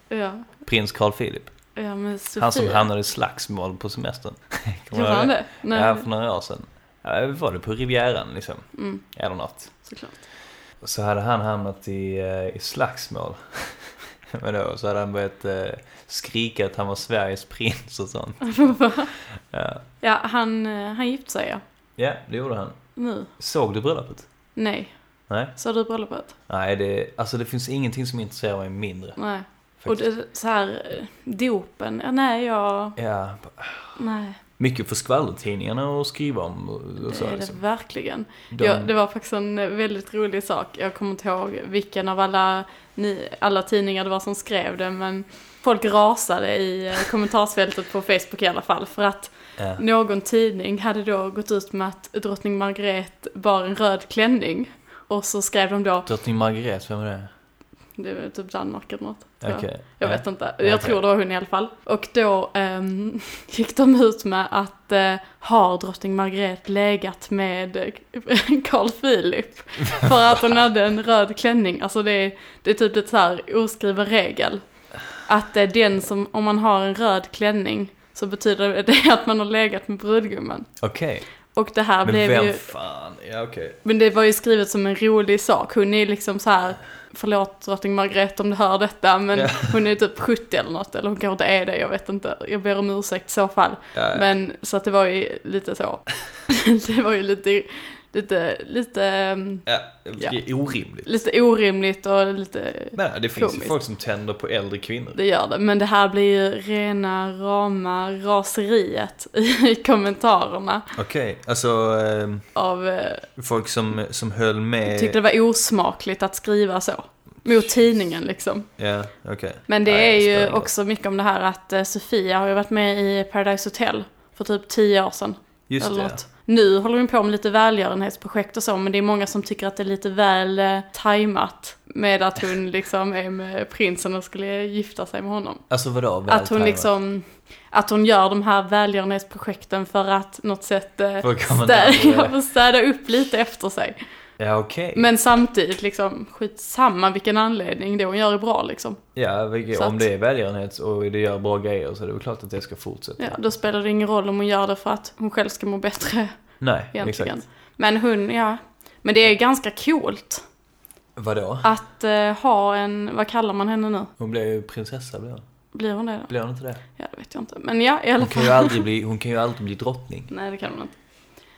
Speaker 3: Ja,
Speaker 2: Prins Carl Philip.
Speaker 3: ja men Sofia.
Speaker 2: Han som hamnade i slagsmål på
Speaker 3: (laughs)
Speaker 2: semestern. Kommer
Speaker 3: Gjorde
Speaker 2: du ihåg
Speaker 3: han det? Nej,
Speaker 2: Ja, för några år sedan. Ja, var det på Rivieran liksom?
Speaker 3: Mm.
Speaker 2: Eller något.
Speaker 3: såklart. (laughs)
Speaker 2: Och så hade han hamnat i, eh, i slagsmål. (laughs) Men då så hade han börjat eh, skrika att han var Sveriges prins och sånt. Ja,
Speaker 3: ja, han, eh, han gifte sig ja.
Speaker 2: ja det gjorde han.
Speaker 3: Nu.
Speaker 2: Såg du bröllopet?
Speaker 3: Nej.
Speaker 2: Nej.
Speaker 3: Så du bröllopet?
Speaker 2: Nej, det, alltså det finns ingenting som intresserar mig mindre.
Speaker 3: Nej. Och
Speaker 2: Faktiskt.
Speaker 3: det, så här, eh, dopen, ja, nej jag,
Speaker 2: Ja,
Speaker 3: nej.
Speaker 2: mycket för skvallertidningarna att skriva om och- och
Speaker 3: Det
Speaker 2: så
Speaker 3: är det
Speaker 2: liksom.
Speaker 3: verkligen.
Speaker 2: De,
Speaker 3: Ja, det var faktiskt en eh, väldigt rolig sak. Jag kommer inte ihåg vilken av alla, ni, alla tidningar det var som skrev det, men folk rasade i eh, kommentarsfältet på Facebook i alla fall för att
Speaker 2: ja.
Speaker 3: någon tidning hade då gått ut med att drottning Margret bar en röd klänning. Och så skrev de då,
Speaker 2: Drottning Margret, vem är det?
Speaker 3: det var typ Danmark eller något. tror jag.
Speaker 2: Okej.
Speaker 3: Jag
Speaker 2: ja.
Speaker 3: vet inte,
Speaker 2: Ja,
Speaker 3: jag
Speaker 2: okej.
Speaker 3: tror det var hon i alla fall. Och då ehm, (laughs) gick de ut med att eh, har drottning Margret legat med (laughs) eh, Carl Philip? För att hon hade en röd klänning. Alltså det är, det är typ ett så här oskriven regel. Att eh, den som, om man har en röd klänning så betyder det att man har legat med brudgummen.
Speaker 2: Okej.
Speaker 3: Och det här
Speaker 2: Men
Speaker 3: blev
Speaker 2: vem
Speaker 3: ju...
Speaker 2: fan? Ja, okej.
Speaker 3: Men det var ju skrivet som en rolig sak. Hon är liksom så här, förlåt drottning Margret om du hör detta, men
Speaker 2: Ja.
Speaker 3: (laughs) hon är typ 70 eller något, eller hon kanske inte är det, jag vet inte. Jag ber om ursäkt i så fall.
Speaker 2: Ja, ja.
Speaker 3: Men så att det var ju lite så. (laughs) det var ju lite, lite, lite, ehm,
Speaker 2: Ja, det är orimligt.
Speaker 3: lite orimligt och lite,
Speaker 2: Men det finns ju
Speaker 3: Komiskt.
Speaker 2: folk som tänder på äldre kvinnor.
Speaker 3: det gör det. Men det här blir ju rena rama raseriet (laughs) i kommentarerna
Speaker 2: Okej, alltså ehm,
Speaker 3: av, eh,
Speaker 2: folk som, som höll med...
Speaker 3: tyckte det var osmakligt att skriva så. Mot tidningen liksom.
Speaker 2: Ja, okej.
Speaker 3: Men det
Speaker 2: Nej,
Speaker 3: är ju
Speaker 2: spännande.
Speaker 3: också mycket om det här att eh, Sofia har ju varit med i Paradise Hotel för typ tio år sedan.
Speaker 2: Just
Speaker 3: eller
Speaker 2: det.
Speaker 3: något. Nu håller hon på med lite välgörenhetsprojekt och så, men det är många som tycker att det är lite väl eh, tajmat. med
Speaker 2: (laughs)
Speaker 3: att hon liksom är med prinsen och skulle gifta sig med honom.
Speaker 2: Alltså vadå?
Speaker 3: Att hon
Speaker 2: vältajmad?
Speaker 3: liksom, att hon gör de här välgörenhetsprojekten för att något sätt eh,
Speaker 2: För att komma
Speaker 3: städa, (laughs)
Speaker 2: närmare.
Speaker 3: ja, städa upp lite efter sig.
Speaker 2: Ja okej.
Speaker 3: Men samtidigt liksom, skitsamma vilken anledning, det hon gör är bra liksom.
Speaker 2: Ja, vilket,
Speaker 3: Så
Speaker 2: om
Speaker 3: att-
Speaker 2: det är välgörenhet och det gör bra grejer så är det väl klart att det ska fortsätta.
Speaker 3: Ja, då spelar det ingen roll om hon gör det för att hon själv ska må bättre
Speaker 2: Nej,
Speaker 3: egentligen.
Speaker 2: exakt.
Speaker 3: Men hon, ja. Men det är ganska coolt
Speaker 2: Vadå?
Speaker 3: att eh, ha en, vad kallar man henne nu?
Speaker 2: Hon blev ju prinsessa, blev hon?
Speaker 3: Blir hon det då?
Speaker 2: Blir hon inte det?
Speaker 3: Ja, det vet jag inte. Men ja, i alla
Speaker 2: Hon kan
Speaker 3: fall.
Speaker 2: ju aldrig bli, hon kan ju aldrig bli
Speaker 3: (laughs)
Speaker 2: drottning.
Speaker 3: Nej, det kan hon inte.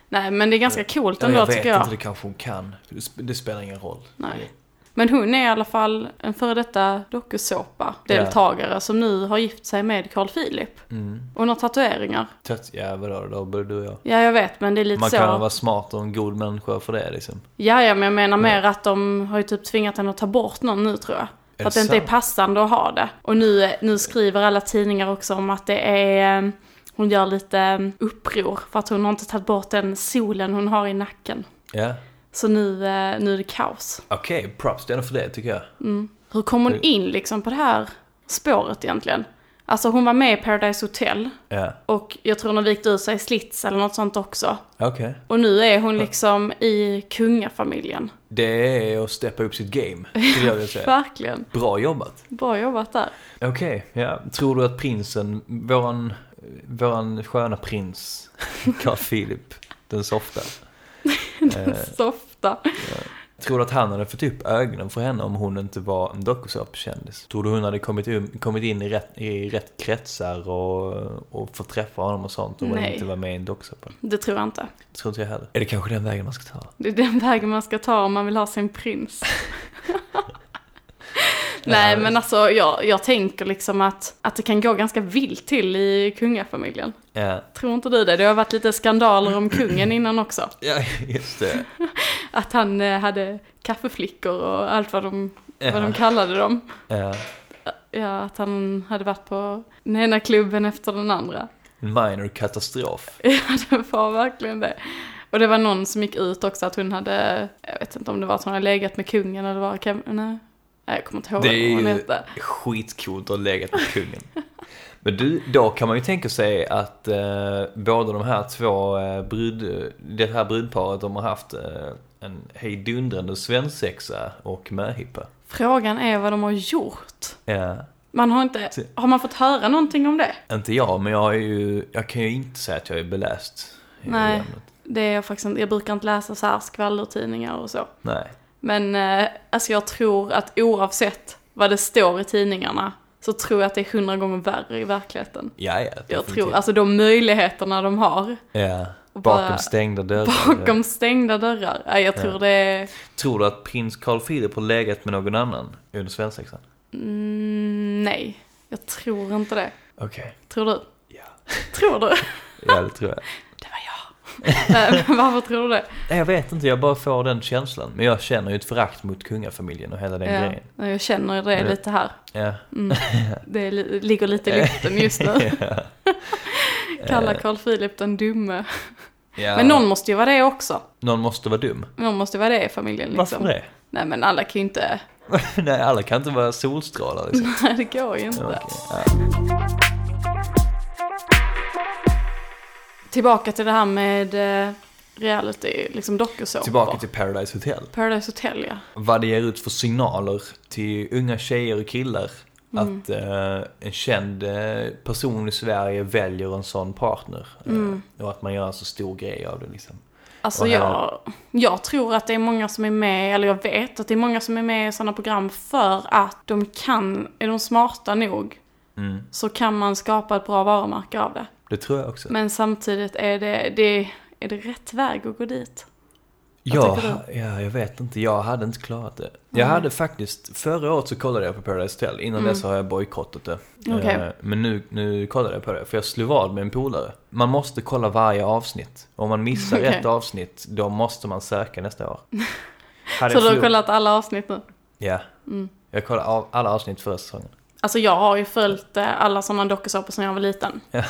Speaker 3: Nej, men det är ganska coolt
Speaker 2: Ja,
Speaker 3: ändå
Speaker 2: jag vet
Speaker 3: tycker jag.
Speaker 2: inte, det kanske hon kan. Det sp- Det spelar ingen roll.
Speaker 3: Nej. Men hon är i alla fall en före detta dokusåpa-deltagare som nu har gift sig med Carl Philip.
Speaker 2: Mm.
Speaker 3: Och hon har tatueringar.
Speaker 2: Tät, ja, vadå, då borde du och jag.
Speaker 3: Ja, jag vet, men det är lite
Speaker 2: Man
Speaker 3: så.
Speaker 2: kan vara smart och en god människa för det liksom.
Speaker 3: Ja, ja, men jag menar mer att de har ju typ tvingat henne att ta bort någon nu tror jag. För
Speaker 2: det
Speaker 3: att det inte är
Speaker 2: sant?
Speaker 3: passande att ha det. Och nu, nu skriver alla tidningar också om att det är... eh, Hon gör lite eh, uppror för att hon har inte tagit bort den solen hon har i nacken.
Speaker 2: Ja.
Speaker 3: Så nu, eh, nu är det kaos.
Speaker 2: Okej, props till henne för det tycker jag.
Speaker 3: Hur kom hon
Speaker 2: Det-
Speaker 3: in liksom på det här spåret egentligen? Alltså hon var med i Paradise Hotel
Speaker 2: Ja,
Speaker 3: och jag tror hon har vikt ut sig i slits eller något sånt också.
Speaker 2: okej.
Speaker 3: Och nu är hon liksom i kungafamiljen.
Speaker 2: Det är att steppa upp sitt game, skulle jag vilja (laughs) säga.
Speaker 3: Verkligen.
Speaker 2: Bra jobbat.
Speaker 3: Bra jobbat där.
Speaker 2: Okej, ja. Tror du att prinsen, våran, våran sköna (laughs) prins, Carl Philip, den softa. (laughs) eh,
Speaker 3: (laughs) Softa.
Speaker 2: tror du att han hade fått upp ögonen för henne om hon inte var en dokusåpakändis? Tror du hon hade kommit, um, kommit in i rätt, i rätt kretsar och, och fått träffa honom och sånt om hon
Speaker 3: Nej.
Speaker 2: inte var med i en dokusåpa?
Speaker 3: Det tror jag inte.
Speaker 2: Tror inte jag heller. Är det kanske den vägen man ska ta?
Speaker 3: Det är den vägen man ska ta om man vill ha
Speaker 2: (laughs)
Speaker 3: sin prins. Nej men alltså jag, jag tänker liksom att, att det kan gå ganska vilt till i kungafamiljen.
Speaker 2: Ja,
Speaker 3: Tror inte du det? Det har varit lite skandaler
Speaker 2: (laughs)
Speaker 3: om kungen innan också.
Speaker 2: ja just det.
Speaker 3: Att han eh, hade kaffeflickor och allt vad de, vad
Speaker 2: Ja.
Speaker 3: de kallade dem.
Speaker 2: Ja.
Speaker 3: Ja, att han hade varit på den ena klubben efter den andra.
Speaker 2: En minor katastrof.
Speaker 3: Ja, det var verkligen det. Och det var någon som gick ut också att hon hade, jag vet inte om det var att hon hade legat med kungen eller vad, kan, nej. nej, jag kommer inte ihåg
Speaker 2: Det är
Speaker 3: vad hon
Speaker 2: ju-
Speaker 3: hette.
Speaker 2: Skitcoolt att ha legat med kungen. Men du, då kan man ju tänka sig att eh, båda de här två eh, brud, det här brudparet de har haft eh, en hejdundrande svensexa och möhippa.
Speaker 3: Frågan är vad de har gjort.
Speaker 2: Ja,
Speaker 3: Man har inte,
Speaker 2: Se.
Speaker 3: har man fått höra någonting om det?
Speaker 2: inte jag, men jag, är ju, jag kan ju inte säga att jag är beläst. i
Speaker 3: Nej.
Speaker 2: ämnet.
Speaker 3: Det är jag faktiskt inte, jag brukar inte läsa så här skvallertidningar och så.
Speaker 2: Nej.
Speaker 3: Men eh, alltså jag tror att oavsett vad det står i tidningarna så tror jag att det är hundra gånger värre i verkligheten.
Speaker 2: Ja, ja.
Speaker 3: Jag
Speaker 2: definitivt.
Speaker 3: tror, alltså de möjligheterna de har
Speaker 2: Ja. Bakom
Speaker 3: bara-
Speaker 2: stängda dörrar.
Speaker 3: bakom stängda dörrar. Nej, jag tror
Speaker 2: Ja.
Speaker 3: det är...
Speaker 2: Tror du att prins Carl Philip har legat med någon annan under svensexan?
Speaker 3: Mm, nej, jag tror inte det.
Speaker 2: Okej. (laughs)
Speaker 3: Tror du?
Speaker 2: Ja.
Speaker 3: Tror du?
Speaker 2: Ja, det tror jag.
Speaker 3: Det var jag. Nej, men (laughs) varför tror du det?
Speaker 2: Nej, jag vet inte, jag bara får den känslan. Men jag känner ju ett förakt mot kungafamiljen och hela den
Speaker 3: Eh, Ja,
Speaker 2: grejen.
Speaker 3: nej, jag känner ju det
Speaker 2: Men det-
Speaker 3: lite här.
Speaker 2: Ja.
Speaker 3: Det li- ligger lite i luften just nu.
Speaker 2: (laughs)
Speaker 3: Kalla Carl Philip den dumme.
Speaker 2: Ja.
Speaker 3: Men någon måste ju vara det också.
Speaker 2: Någon måste vara dum.
Speaker 3: Någon måste vara det i familjen liksom.
Speaker 2: Varför det? (laughs)
Speaker 3: Nej men alla kan ju inte... (laughs)
Speaker 2: Nej, alla kan inte vara solstrålar liksom.
Speaker 3: Nej det går ju inte.
Speaker 2: Ja, okej. Ja.
Speaker 3: Tillbaka till det här med eh, reality, liksom dokusåpor.
Speaker 2: Tillbaka till Paradise Hotel.
Speaker 3: Paradise Hotel ja.
Speaker 2: Vad det ger ut för signaler till unga tjejer och killar.
Speaker 3: Mm.
Speaker 2: Att eh, en känd eh, person i Sverige väljer en sån partner. eh,
Speaker 3: Mm.
Speaker 2: och att man gör en så stor grej av det liksom.
Speaker 3: Alltså
Speaker 2: Och här-
Speaker 3: jag, jag tror att det är många som är med, eller jag vet att det är många som är med i sådana program för att de kan, är de smarta nog
Speaker 2: Mm.
Speaker 3: så kan man skapa ett bra varumärke av det.
Speaker 2: Det tror jag också.
Speaker 3: Men samtidigt är det, det, är det rätt väg att gå dit?
Speaker 2: Ja,
Speaker 3: tycker
Speaker 2: ja, jag vet inte. Jag hade inte klarat det. Jag hade faktiskt, förra året så kollade jag på Paradise Hotel. Innan dess har jag bojkottat det.
Speaker 3: Mm. Okej.
Speaker 2: Eh, Men nu, nu kollade jag på det, för jag slog vad med en polare. Man måste kolla varje avsnitt. Om man missar
Speaker 3: Okej.
Speaker 2: ett avsnitt, då måste man söka nästa
Speaker 3: (laughs)
Speaker 2: år. Hade jag
Speaker 3: Så Mm. du har
Speaker 2: förlorat-
Speaker 3: kollat alla avsnitt nu?
Speaker 2: Ja. Jag kollade av, alla avsnitt förra säsongen.
Speaker 3: Alltså jag har ju följt eh, alla sådana dokusåpor sedan jag var liten.
Speaker 2: Ja.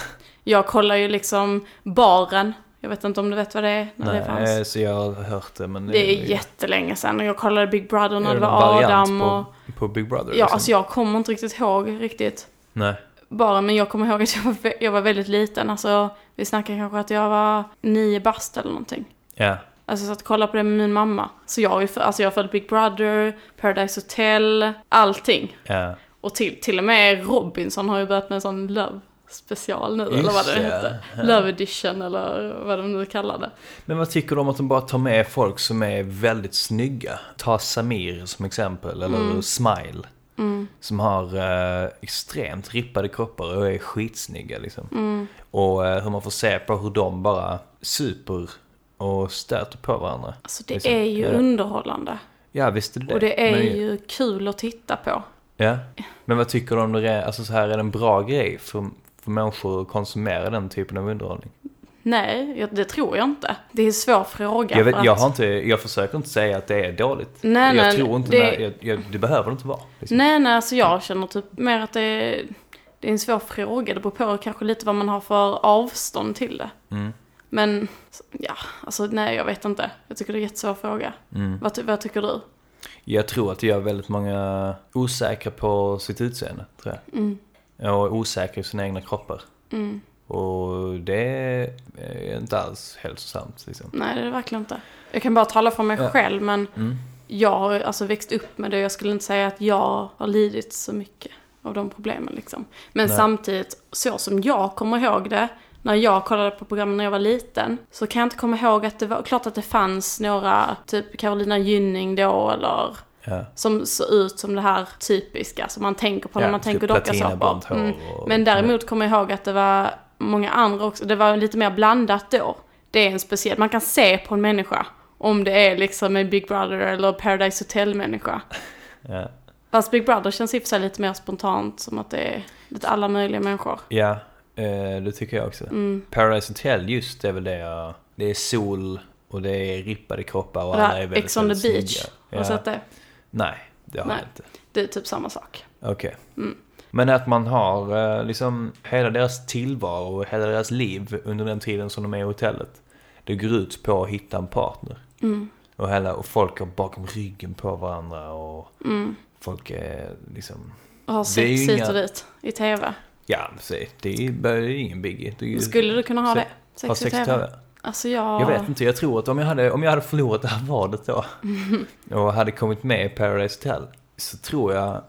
Speaker 3: Jag kollar ju liksom Baren. Jag vet inte om du vet vad det är när det fanns.
Speaker 2: Nej, eh, så jag har hört det men
Speaker 3: Det är jättelänge sedan och jag kollade Big Brother när
Speaker 2: är
Speaker 3: det
Speaker 2: någon
Speaker 3: var
Speaker 2: variant
Speaker 3: Adam och...
Speaker 2: på, på Big Brother liksom?
Speaker 3: Ja, alltså jag kommer inte riktigt ihåg riktigt.
Speaker 2: Nej.
Speaker 3: Bara, men jag kommer ihåg att jag var, vä- jag var väldigt liten. Alltså, vi snackar kanske att jag var nio bast eller någonting.
Speaker 2: Ja.
Speaker 3: Alltså jag satt och kollade på det med min mamma. Så jag har ju för- alltså, jag har följt Big Brother, Paradise Hotel, allting.
Speaker 2: Ja.
Speaker 3: Och till, till och med Robinson har ju börjat med en sån Love special nu, eller vad det
Speaker 2: Just det,
Speaker 3: hette.
Speaker 2: ja.
Speaker 3: Love edition eller vad de nu kallar det.
Speaker 2: Men vad tycker du om att de bara tar med folk som är väldigt snygga? Ta Samir som exempel, eller
Speaker 3: Mm.
Speaker 2: Smile. Som har eh, extremt rippade kroppar och är skitsnygga liksom.
Speaker 3: Mm.
Speaker 2: Och eh, hur man får se på hur de bara super och stöter på varandra.
Speaker 3: Alltså det
Speaker 2: Liksom,
Speaker 3: är ju
Speaker 2: ja.
Speaker 3: underhållande.
Speaker 2: Ja visst är det det.
Speaker 3: Och det är
Speaker 2: Men-
Speaker 3: ju kul att titta på.
Speaker 2: Ja. Men vad tycker du om det? är- Alltså så här, är det en bra grej för, för människor att konsumera den typen av underhållning?
Speaker 3: Nej, jag, det tror jag inte. Det är en svår fråga.
Speaker 2: jag, vet,
Speaker 3: för
Speaker 2: jag,
Speaker 3: att-
Speaker 2: har inte, jag försöker inte säga att det är dåligt.
Speaker 3: Nej,
Speaker 2: jag
Speaker 3: nej,
Speaker 2: tror inte
Speaker 3: det-
Speaker 2: det... Jag, jag, det behöver det inte vara. liksom.
Speaker 3: Nej, nej, alltså jag känner typ mer att det är, det är en svår fråga. Det beror på kanske lite vad man har för avstånd till det.
Speaker 2: Mm.
Speaker 3: Men, ja, alltså nej, jag vet inte. Jag tycker det är en jättesvår fråga.
Speaker 2: Mm.
Speaker 3: Vad, ty- vad tycker du?
Speaker 2: Jag tror att det gör väldigt många osäkra på sitt utseende, tror jag.
Speaker 3: Mm.
Speaker 2: Och osäkra i sina egna kroppar.
Speaker 3: Mm.
Speaker 2: Och det är inte alls hälsosamt liksom.
Speaker 3: Nej, det är det verkligen inte. Jag kan bara tala för mig
Speaker 2: Ja.
Speaker 3: själv, men
Speaker 2: Mm.
Speaker 3: jag har alltså växt upp med det. Jag skulle inte säga att jag har lidit så mycket av de problemen liksom. Men
Speaker 2: Nej.
Speaker 3: samtidigt, så som jag kommer ihåg det, när jag kollade på programmen när jag var liten, så kan jag inte komma ihåg att det var, klart att det fanns några, typ Carolina Gynning då, eller
Speaker 2: Ja.
Speaker 3: som såg ut som det här typiska som man tänker på när
Speaker 2: Ja,
Speaker 3: man
Speaker 2: typ
Speaker 3: tänker dockasåpor.
Speaker 2: platinablont hår
Speaker 3: Mm.
Speaker 2: och-
Speaker 3: Men däremot kommer jag ihåg att det var många andra också. Det var lite mer blandat då. Det är en speciell, man kan se på en människa om det är liksom en Big Brother eller Paradise Hotel-människa.
Speaker 2: Ja.
Speaker 3: Fast Big Brother känns i och för sig lite mer spontant som att det är lite alla möjliga människor.
Speaker 2: Ja, eh, det tycker jag också.
Speaker 3: Mm.
Speaker 2: Paradise Hotel, just det är väl det jag... Det är sol och det är rippade kroppar och
Speaker 3: Och det
Speaker 2: alla är
Speaker 3: här
Speaker 2: väldigt,
Speaker 3: Ex on the
Speaker 2: väldigt
Speaker 3: Beach,
Speaker 2: snygga.
Speaker 3: har du
Speaker 2: Ja.
Speaker 3: sett det?
Speaker 2: Nej, det har
Speaker 3: Nej.
Speaker 2: jag inte.
Speaker 3: Det är typ samma sak.
Speaker 2: Okej. Men att man har eh, liksom hela deras tillvaro och hela deras liv under den tiden som de är i hotellet. Det går ut på att hitta en partner.
Speaker 3: Mm.
Speaker 2: Och, hela, och folk har bakom ryggen på varandra och
Speaker 3: Mm.
Speaker 2: folk är liksom...
Speaker 3: Och har
Speaker 2: Det är ju
Speaker 3: sex hit
Speaker 2: inga-
Speaker 3: och dit i tv.
Speaker 2: Ja, se, det är, det är ingen biggie. Det är ju-
Speaker 3: Skulle du kunna ha
Speaker 2: Se-
Speaker 3: det? Sex,
Speaker 2: ha sex i TV?
Speaker 3: Alltså jag...
Speaker 2: Jag vet inte, jag tror att om jag hade, om jag hade förlorat det här vadet
Speaker 3: (laughs)
Speaker 2: då och hade kommit med i Paradise Hotel så tror jag,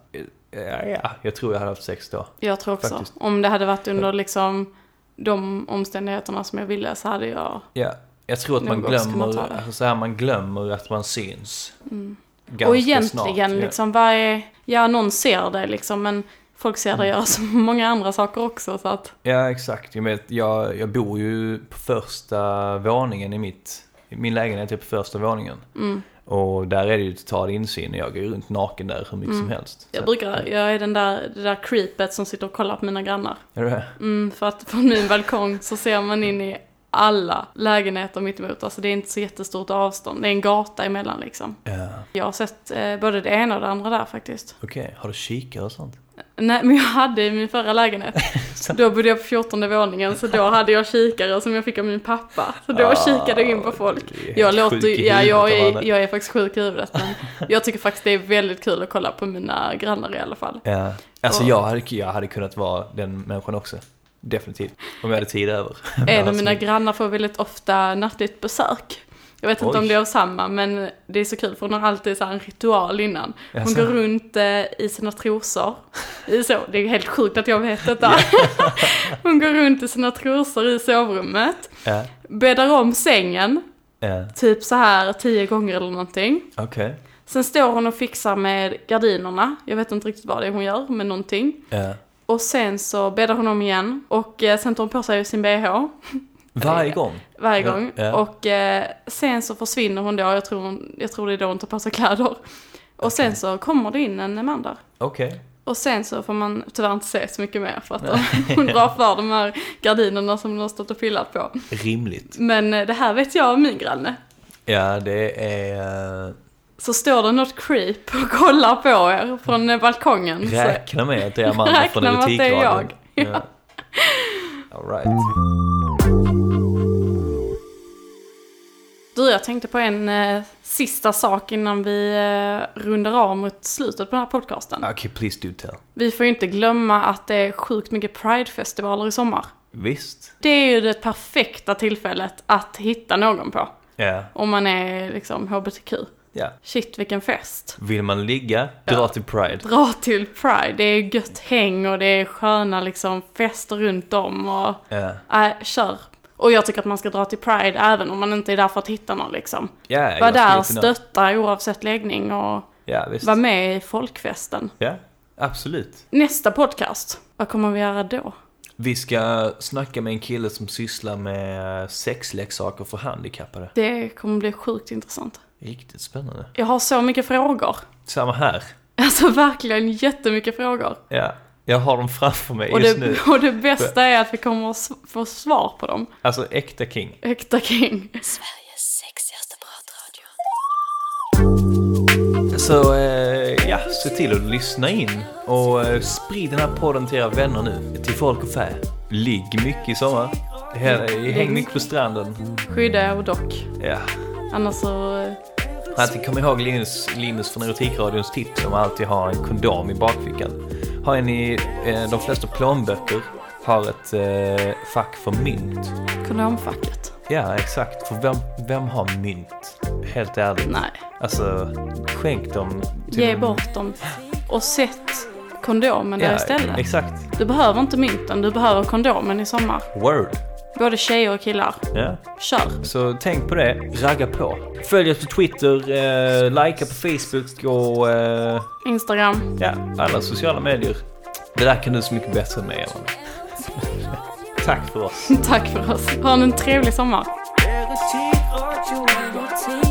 Speaker 2: ja, ja, jag tror jag hade haft sex då.
Speaker 3: Jag tror också.
Speaker 2: Faktiskt.
Speaker 3: Om det hade varit under liksom de omständigheterna som jag ville så hade jag...
Speaker 2: Ja, jag tror att
Speaker 3: Nog
Speaker 2: man
Speaker 3: också kan man
Speaker 2: glömmer,
Speaker 3: ta det.
Speaker 2: alltså så här, man glömmer att man syns. Ganska
Speaker 3: Mm. och egentligen
Speaker 2: snart.
Speaker 3: liksom, vad är... Ja, någon ser det liksom, men folk ser
Speaker 2: Mm.
Speaker 3: det göra så (laughs) många andra saker också så att...
Speaker 2: Ja, ja exakt. Jag, vet, jag, jag bor ju på första våningen i mitt, min lägenhet är typ på första våningen.
Speaker 3: Mm.
Speaker 2: Och där är det ju total insyn och jag går ju runt naken där hur mycket som helst.
Speaker 3: Mm. Jag
Speaker 2: Så-
Speaker 3: brukar, jag är den där, det där creepet som sitter och kollar på mina grannar.
Speaker 2: Är du det?
Speaker 3: Mm, för att från min balkong så ser man in i alla lägenheter mittemot. Alltså det är inte så jättestort avstånd, det är en gata emellan liksom.
Speaker 2: Ja.
Speaker 3: Jag har sett eh, både det ena och det andra där faktiskt.
Speaker 2: Okej, har du kikare och sånt?
Speaker 3: Nej, men jag hade i min
Speaker 2: (laughs)
Speaker 3: förra lägenhet. Så då bodde jag på 14 våningen, så då hade jag kikare som jag fick av min pappa. Så då
Speaker 2: Ah,
Speaker 3: kikade jag in på folk.
Speaker 2: du är helt
Speaker 3: Jag
Speaker 2: sjuk
Speaker 3: låter
Speaker 2: i
Speaker 3: ja, jag
Speaker 2: huvudet,
Speaker 3: är,
Speaker 2: Amanda.
Speaker 3: jag är faktiskt sjuk i huvudet, men jag tycker faktiskt det är väldigt kul att kolla på mina grannar i alla fall.
Speaker 2: Ja. Alltså
Speaker 3: Och-
Speaker 2: jag, hade, jag hade kunnat vara den människan också. Definitivt. Om jag hade tid över. (laughs)
Speaker 3: En av
Speaker 2: Alltså,
Speaker 3: mina grannar får väldigt ofta nattligt besök. Jag vet inte
Speaker 2: Oj.
Speaker 3: om det är av samma, men det är så kul för hon har alltid så här en ritual innan. Hon
Speaker 2: Jaså?
Speaker 3: går runt eh, i sina trosor. I så, det är helt sjukt att jag vet detta. (laughs) hon går runt i sina trosor i sovrummet.
Speaker 2: Ja,
Speaker 3: bäddar om sängen,
Speaker 2: ja.
Speaker 3: typ så här tio gånger eller någonting.
Speaker 2: Okej.
Speaker 3: Sen står hon och fixar med gardinerna, jag vet inte riktigt vad det är hon gör, men någonting.
Speaker 2: Ja.
Speaker 3: Och sen så bäddar hon om igen och eh, sen tar hon på sig sin bh
Speaker 2: Varje gång?
Speaker 3: varje
Speaker 2: Ja,
Speaker 3: gång.
Speaker 2: ja.
Speaker 3: Och eh, sen så försvinner hon då, jag tror, hon, jag tror det är då hon tar på sig kläder. Och sen så kommer det in en man där.
Speaker 2: Okej.
Speaker 3: Och sen så får man tyvärr inte se så mycket mer för att hon drar för de här gardinerna som hon har stått och pillat på.
Speaker 2: Rimligt.
Speaker 3: Men eh, det här vet jag om min granne.
Speaker 2: Ja, det är... eh,
Speaker 3: så står det något creep och kollar på er från eh, balkongen. Så,
Speaker 2: Räkna med att det är Amanda
Speaker 3: Räkna
Speaker 2: från
Speaker 3: med att det är
Speaker 2: Erotikradion.
Speaker 3: jag.
Speaker 2: Ja. All right.
Speaker 3: Du, jag tänkte på en eh, sista sak innan vi eh, rundar av mot slutet på den här podcasten.
Speaker 2: Okej, please do tell.
Speaker 3: Vi får ju inte glömma att det är sjukt mycket Pride-festivaler i sommar.
Speaker 2: Visst.
Speaker 3: Det är ju det perfekta tillfället att hitta någon på.
Speaker 2: Ja.
Speaker 3: Om man är liksom HBTQ.
Speaker 2: ja.
Speaker 3: Shit vilken fest.
Speaker 2: Vill man ligga, dra till Pride.
Speaker 3: Dra till Pride, det är gött häng och det är sköna liksom fester runt om och...
Speaker 2: Ja.
Speaker 3: Nej, kör. Och jag tycker att man ska dra till Pride även om man inte är där för att hitta någon liksom.
Speaker 2: Ja,
Speaker 3: Var
Speaker 2: jag skulle
Speaker 3: där,
Speaker 2: kunna-
Speaker 3: stötta oavsett läggning och
Speaker 2: Ja, visst.
Speaker 3: var med i folkfesten.
Speaker 2: Ja, absolut.
Speaker 3: Nästa podcast, vad kommer vi göra då?
Speaker 2: Vi ska snacka med en kille som sysslar med eh, sexleksaker för handikappade.
Speaker 3: Det kommer bli sjukt intressant.
Speaker 2: Riktigt spännande.
Speaker 3: Jag har så mycket frågor. (laughs)
Speaker 2: Samma här.
Speaker 3: Alltså verkligen jättemycket frågor.
Speaker 2: Ja, jag har dem framför mig
Speaker 3: Och
Speaker 2: just
Speaker 3: det, (laughs)
Speaker 2: nu.
Speaker 3: och det bästa är att vi kommer att s- få svar på dem.
Speaker 2: Alltså äkta king.
Speaker 3: Högta King.
Speaker 1: Sveriges sexigaste pratradio.
Speaker 2: Så eh, ja, se till att lyssna in och eh, sprid den här podden till era vänner nu. Till folk och fä. Ligg mycket i sommar.
Speaker 3: Mm.
Speaker 2: Häng, häng mycket på stranden.
Speaker 3: Skydda er dock.
Speaker 2: Ja.
Speaker 3: Annars så... eh,
Speaker 2: Alltid kom ihåg Linus, Linus från Erotikradions tips om att alltid ha en kondom i bakfickan. Har en i eh, de flesta plånböcker har ett eh, fack för mynt.
Speaker 3: Kondomfacket.
Speaker 2: Ja, exakt. För vem, vem har mynt? Helt ärligt.
Speaker 3: Nej.
Speaker 2: Alltså, skänk dem.
Speaker 3: Ge bort dem. Och sätt kondomen där istället.
Speaker 2: Exakt.
Speaker 3: Du behöver inte mynten, du behöver kondomen i sommar.
Speaker 2: Word.
Speaker 3: Både tjejer och killar.
Speaker 2: Ja.
Speaker 3: Kör!
Speaker 2: Så tänk på det. Ragga på. Följ oss på Twitter, eh, likea på Facebook och eh,
Speaker 3: Instagram. (laughs)
Speaker 2: ja, alla sociala medier. Det där kan du så mycket bättre än mig, Ellen. (laughs) Tack för oss.
Speaker 3: Tack för oss. Ha en trevlig sommar.
Speaker 1: Erotik radio. Erotik